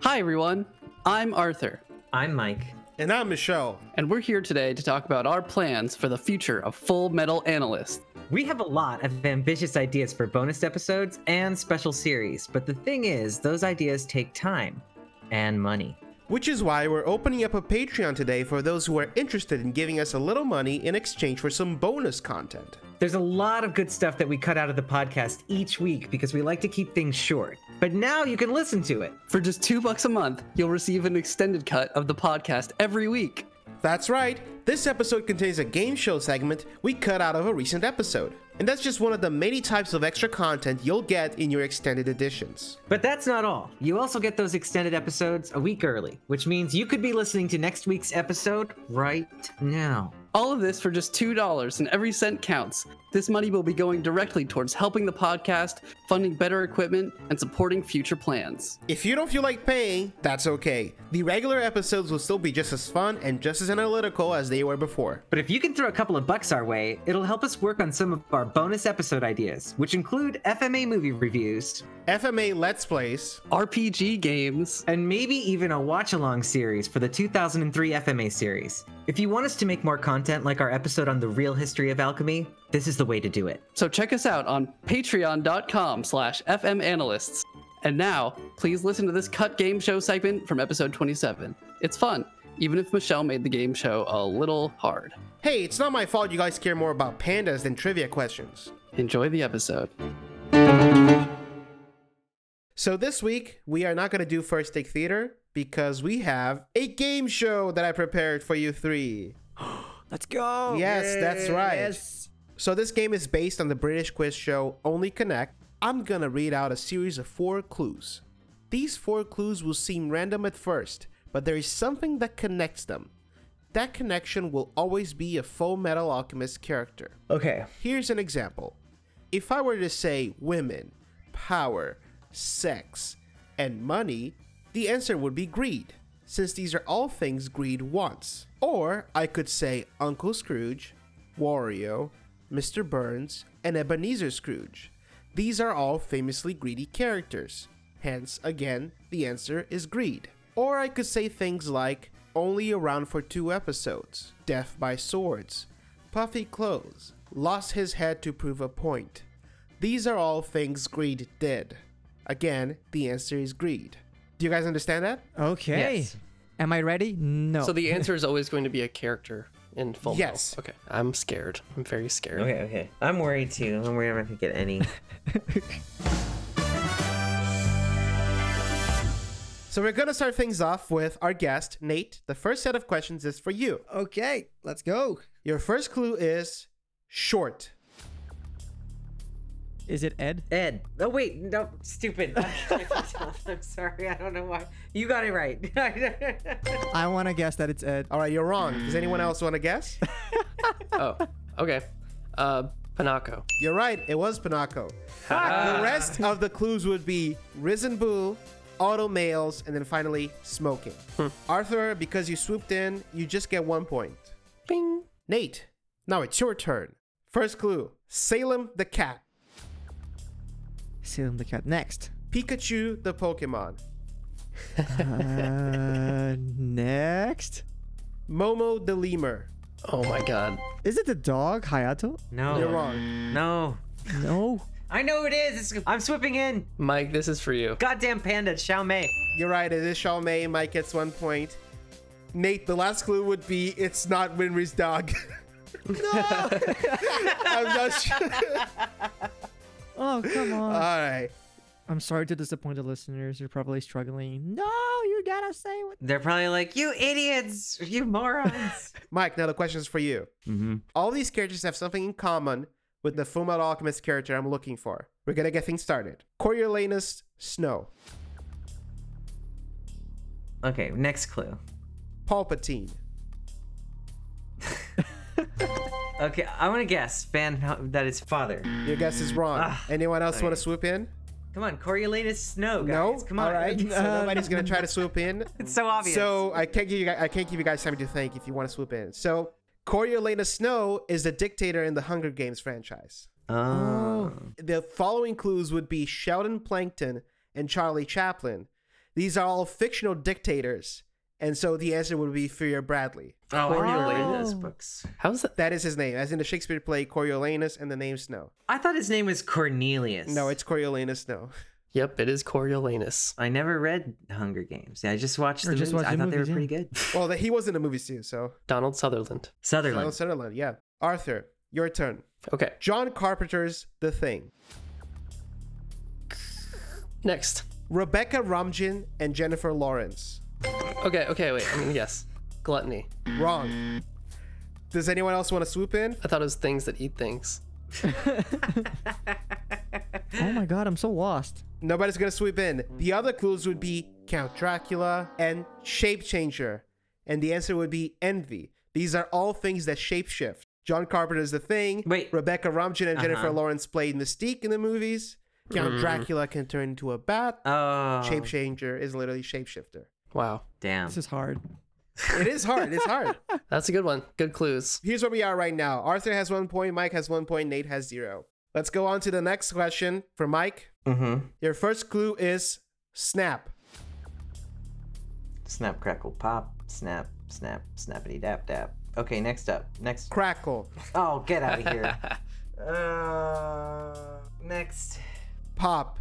Hi, everyone. I'm Arthur, I'm Mike. And I'm Michelle. and we're here today to talk about our plans for the future of Full Metal Analyst. We have a lot of ambitious ideas for bonus episodes and special series, but the thing is, those ideas take time and money. Which is why we're opening up a Patreon today for those who are interested in giving us a little money in exchange for some bonus content. There's a lot of good stuff that we cut out of the podcast each week because we like to keep things short. But now you can listen to it. For just two bucks a month, you'll receive an extended cut of the podcast every week. That's right, this episode contains a game show segment we cut out of a recent episode. And that's just one of the many types of extra content you'll get in your extended editions. But that's not all. You also get those extended episodes a week early, which means you could be listening to next week's episode right now. All of this for just $2, and every cent counts. This money will be going directly towards helping the podcast, funding better equipment, and supporting future plans. If you don't feel like paying, that's okay. The regular episodes will still be just as fun and just as analytical as they were before. But if you can throw a couple of bucks our way, it'll help us work on some of our bonus episode ideas, which include FMA movie reviews FMA Let's Plays, RPG games. and maybe even a watch along series for the 2003 FMA series. If you want us to make more content like our episode on the real history of alchemy, this is the way to do it. So check us out on patreon.com slash fmanalysts. And now, please listen to this cut game show segment from episode 27. It's fun, even if Michelle made the game show a little hard. Hey, it's not my fault you guys care more about pandas than trivia questions. Enjoy the episode. So this week we are not going to do first take theater because we have a game show that I prepared for you three. Let's go. yes, that's right. So this game is based on the British quiz show Only Connect. I'm going to read out a series of four clues. These four clues will seem random at first, but there is something that connects them. That connection will always be a Full Metal Alchemist character. Okay. Here's an example. If I were to say women, power, sex, and money, the answer would be greed, since these are all things greed wants. Or I could say Uncle Scrooge, Wario, Mr. Burns, and Ebenezer Scrooge. These are all famously greedy characters. Hence, again, the answer is greed. Or I could say things like only around for two episodes, death by swords, puffy clothes, lost his head to prove a point. These are all things greed did. Again, the answer is greed. Do you guys understand that? Okay. Yes. Am I ready? No. So the answer is always going to be a character in Full Metal. Yes. Okay. I'm scared. I'm very scared. Okay, okay. I'm worried too. I'm worried I'm not gonna get any. So we're gonna start things off with our guest, Nate. The first set of questions is for you. okay, let's go. Your first clue is short. Is it Ed? Ed. Oh wait, no, stupid. I'm sorry. I don't know why. You got it right. I want to guess that it's Ed. All right, you're wrong. Does anyone else want to guess? Oh. Okay. Uh, Panako. You're right. It was Panaco. The rest of the clues would be Risen Bull, Auto Males, and then finally Smoking. Arthur, because you swooped in, you just get one point. Bing. Nate, now it's your turn. First clue Salem the cat, Salem the cat. Next. Pikachu the Pokemon, Uh, next. Momo the lemur. Oh my god. Is it the dog Hayato? no. You're wrong. No. No. I know it is. It's, I'm swooping in. Mike, this is for you. Goddamn panda, Xiaomei. You're right. It is May. Mike gets one point. Nate, the last clue would be it's not Winry's dog. no! I'm not sure. Oh come on. All right. I'm sorry to disappoint the listeners. You're probably struggling. No, you gotta say what. They're probably like, you idiots, you morons. Mike, now the question is for you. All these characters have something in common with the Fullmetal Alchemist character I'm looking for. We're gonna get things started. Coriolanus Snow, okay, next clue. Palpatine, Okay, I want to guess Fan that it's father. your guess is wrong. Ah, Anyone else want okay. to swoop in? Come on, Coriolanus Snow, guys. No. Come on. All right. So Uh, nobody's gonna try to swoop in. It's so obvious. So I can't give you guys, I can't give you guys time to think if you want to swoop in. So Coriolanus Snow is the dictator in the Hunger Games franchise. Oh. The following clues would be Sheldon Plankton and Charlie Chaplin. These are all fictional dictators. And so the answer would be Fear Bradley. Oh, Coriolanus Oh. books. How's that? That is his name, as in the Shakespeare play Coriolanus and the name Snow. I thought his name was Cornelius. No, it's Coriolanus Snow. Yep, it is Coriolanus. I never read Hunger Games. Yeah, I just watched Or the just movies. watch I the thought they were movies, yeah. pretty good. Well, that he was in the movies too, so. Donald Sutherland. Sutherland. Donald Sutherland, yeah. Arthur, your turn. Okay, John Carpenter's The Thing. next. Rebecca Romijn and Jennifer Lawrence. Okay, okay, wait. I mean, yes. Gluttony. Wrong. Does anyone else want to swoop in? I thought it was things that eat things. Oh my god, I'm so lost. Nobody's gonna swoop in. The other clues would be Count Dracula and Shape Changer. And the answer would be envy. These are all things that shapeshift. John Carpenter's the thing. Wait. Rebecca Romijn and Jennifer Uh-huh. Mm-hmm. Lawrence played Mystique in the movies. Count Dracula can turn into a bat. Oh, Shape Changer is literally shapeshifter. Wow. damn. This is hard. It is hard. It's hard. That's a good one. Good clues. Here's where we are right now. Arthur has one point, Mike has one point, Nate has zero. Let's go on to the next question for Mike. Mm-hmm. Your first clue is snap. Snap, crackle, pop. Snap, snap, snappity dap dap. Okay, next up. Next. Crackle. Oh, get out of here. uh, next. Pop.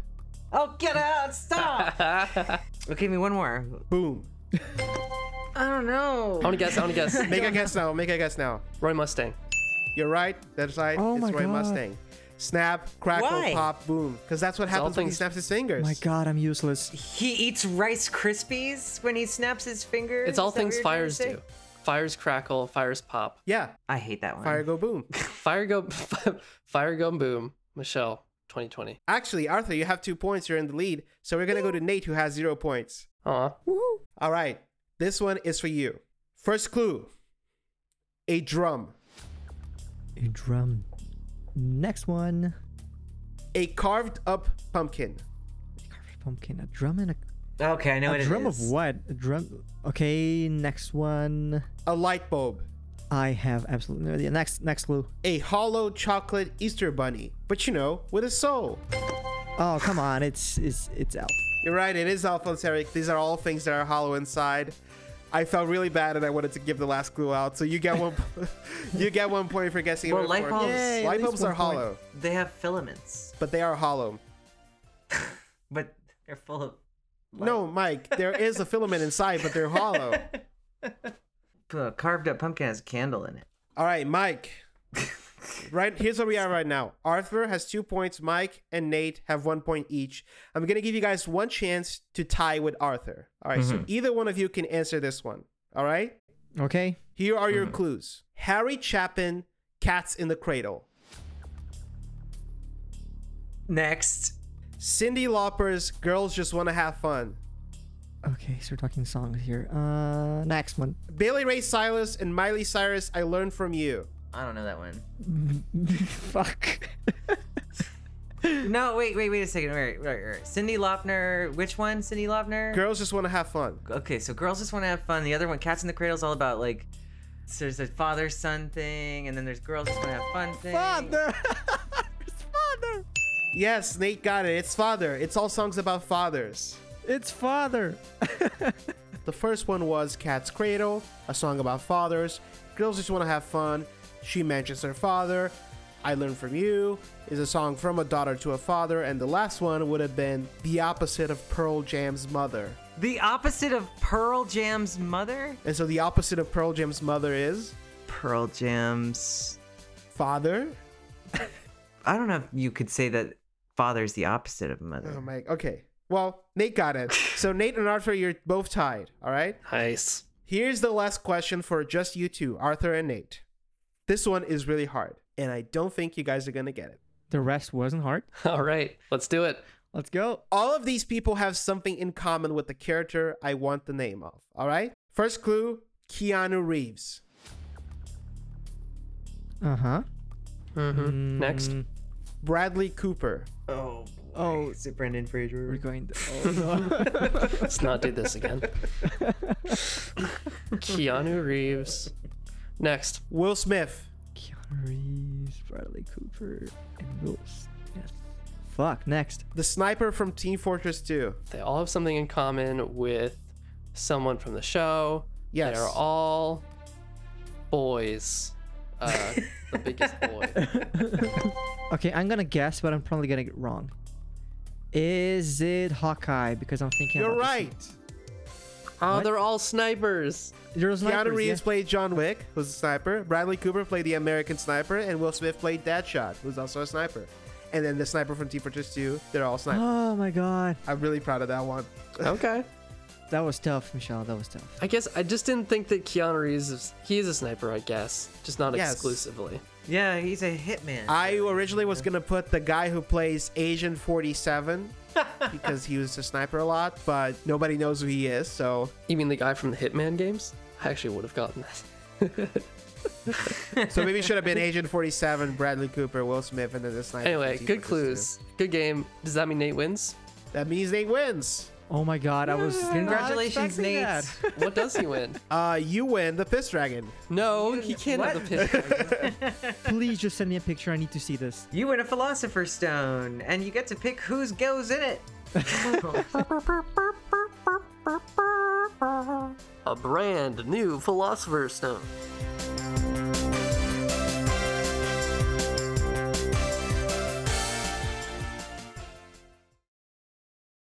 Oh, get out! Stop! I okay, give me one more. Boom. I don't know. want to guess. I want to guess. Make a guess now. Make a guess now. Roy Mustang. You're right. That's right. Oh it's my Roy God. Mustang. Snap, crackle, Why? pop, boom. Because that's what all happens when he things- snaps his fingers. My god, I'm useless. He eats Rice Krispies when he snaps his fingers. It's all Is that what things you're trying to fires say? do. Fires crackle. Fires pop. Yeah. I hate that one. Fire go boom. Fire go. Fire go boom. Michelle, 2020. Actually, Arthur, you have two points. You're in the lead. So we're gonna go to Nate, who has zero points. Aw. All right. This one is for you. First clue. A drum. A drum. Next one. A carved up pumpkin. Carved pumpkin. A drum and a Okay, I know what a it drum is. of what? A drum. Okay, next one. A light bulb. I have absolutely no idea. Next, next clue. A hollow chocolate Easter bunny. But you know, with a soul. Oh come on, it's it's it's out. You're right, it is Alphonse Eric. These are all things that are hollow inside. I felt really bad and I wanted to give the last clue out, so you get one you get one point for guessing Well, it light before- bulbs- Yay, at light least bulbs one are point. hollow, They have filaments, but they are hollow. but they're full of. No, Mike, there is a filament inside, but they're hollow. Uh, carved up pumpkin has a candle in it. All right, Mike. Right here's where we are right now. Arthur has two points. Mike and Nate have one point each. I'm gonna give you guys one chance to tie with Arthur. All right, Mm-hmm. so either one of you can answer this one. All right. Okay. Here are your clues: Harry Chapin, Cats in the Cradle, Next. Cindy Lauper's Girls Just Want to Have Fun, Okay, so we're talking songs here. Uh, next one. Bailey Ray Cyrus and Miley Cyrus. I learned from you. I don't know that one. Fuck. No, wait, wait, wait a second. Wait, wait, wait, wait. Cindy Laupner. Which one? Cindy Laupner. Girls Just Want to Have Fun. okay, so girls just want to have fun. The other one, Cats in the Cradle, is all about like. So there's a father son thing, and then there's girls just want to have fun thing. Father. it's father. Yes, Nate got it. It's Father. It's all songs about fathers. It's father. The first one was Cat's Cradle, a song about fathers. Girls Just Want to Have Fun. She mentions her father. I Learned From You is a song from a daughter to a father. And the last one would have been The Opposite of Pearl Jam's Mother. The opposite of Pearl Jam's mother? And so the opposite of Pearl Jam's mother is Pearl Jam's. father. I don't know if you could say that father's the opposite of mother. Oh my. Okay. Well, Nate got it. So Nate and Arthur, you're both tied. All right. Nice. Here's the last question for just you two, Arthur and Nate. This one is really hard, and I don't think you guys are gonna get it. The rest wasn't hard. All right. Let's do it. Let's go. All of these people have something in common with the character I want the name of. All right. First clue: Keanu Reeves. Uh huh. Mm-hmm. Next. Bradley Cooper. Oh. boy. Mm. Oh. Is it Brendan Fraser? We're going. oh no. Let's not do this again. Keanu Reeves. Next. Will Smith. Keanu Reeves, Bradley Cooper, and Will Smith. Fuck. Next. The sniper from Team Fortress 2. They all have something in common with someone from the show. Yes. They're all boys. Uh, the biggest boy. Okay, I'm gonna guess, but I'm probably gonna get it wrong. Is it Hawkeye? Because I'm thinking. You're about this- right. Oh, What? they're all snipers. There was Keanu snipers, yeah. Reeves played John Wick, who's a sniper. Bradley Cooper played the American sniper, and Will Smith played Deadshot, who's also a sniper. And then the sniper from Team Fortress 2. They're all snipers. Oh my god, I'm really proud of that one. Okay. that was tough, Michelle. That was tough. I guess I just didn't think that Keanu Reeves is, he is a sniper, I guess, just not Yes. exclusively. Yeah, he's a hitman. I originally was gonna put the guy who plays Asian 47 because he was a sniper a lot, but nobody knows who he is. So You mean the guy from the Hitman games? I actually would have gotten that. so maybe it should have been Asian 47, Bradley Cooper, Will Smith, and then the sniper. Anyway, from Team good Fortress clues. Good game. Does that mean Nate wins? 2. That means Nate wins. Oh my god, I was. not Congratulations, expecting Nate. that. What does he win? Uh, you win the Piss Dragon. No, he can't have the pick. Please just send me a picture. I need to see this. You win a Philosopher's Stone, and you get to pick whose goes in it. A brand new Philosopher's Stone.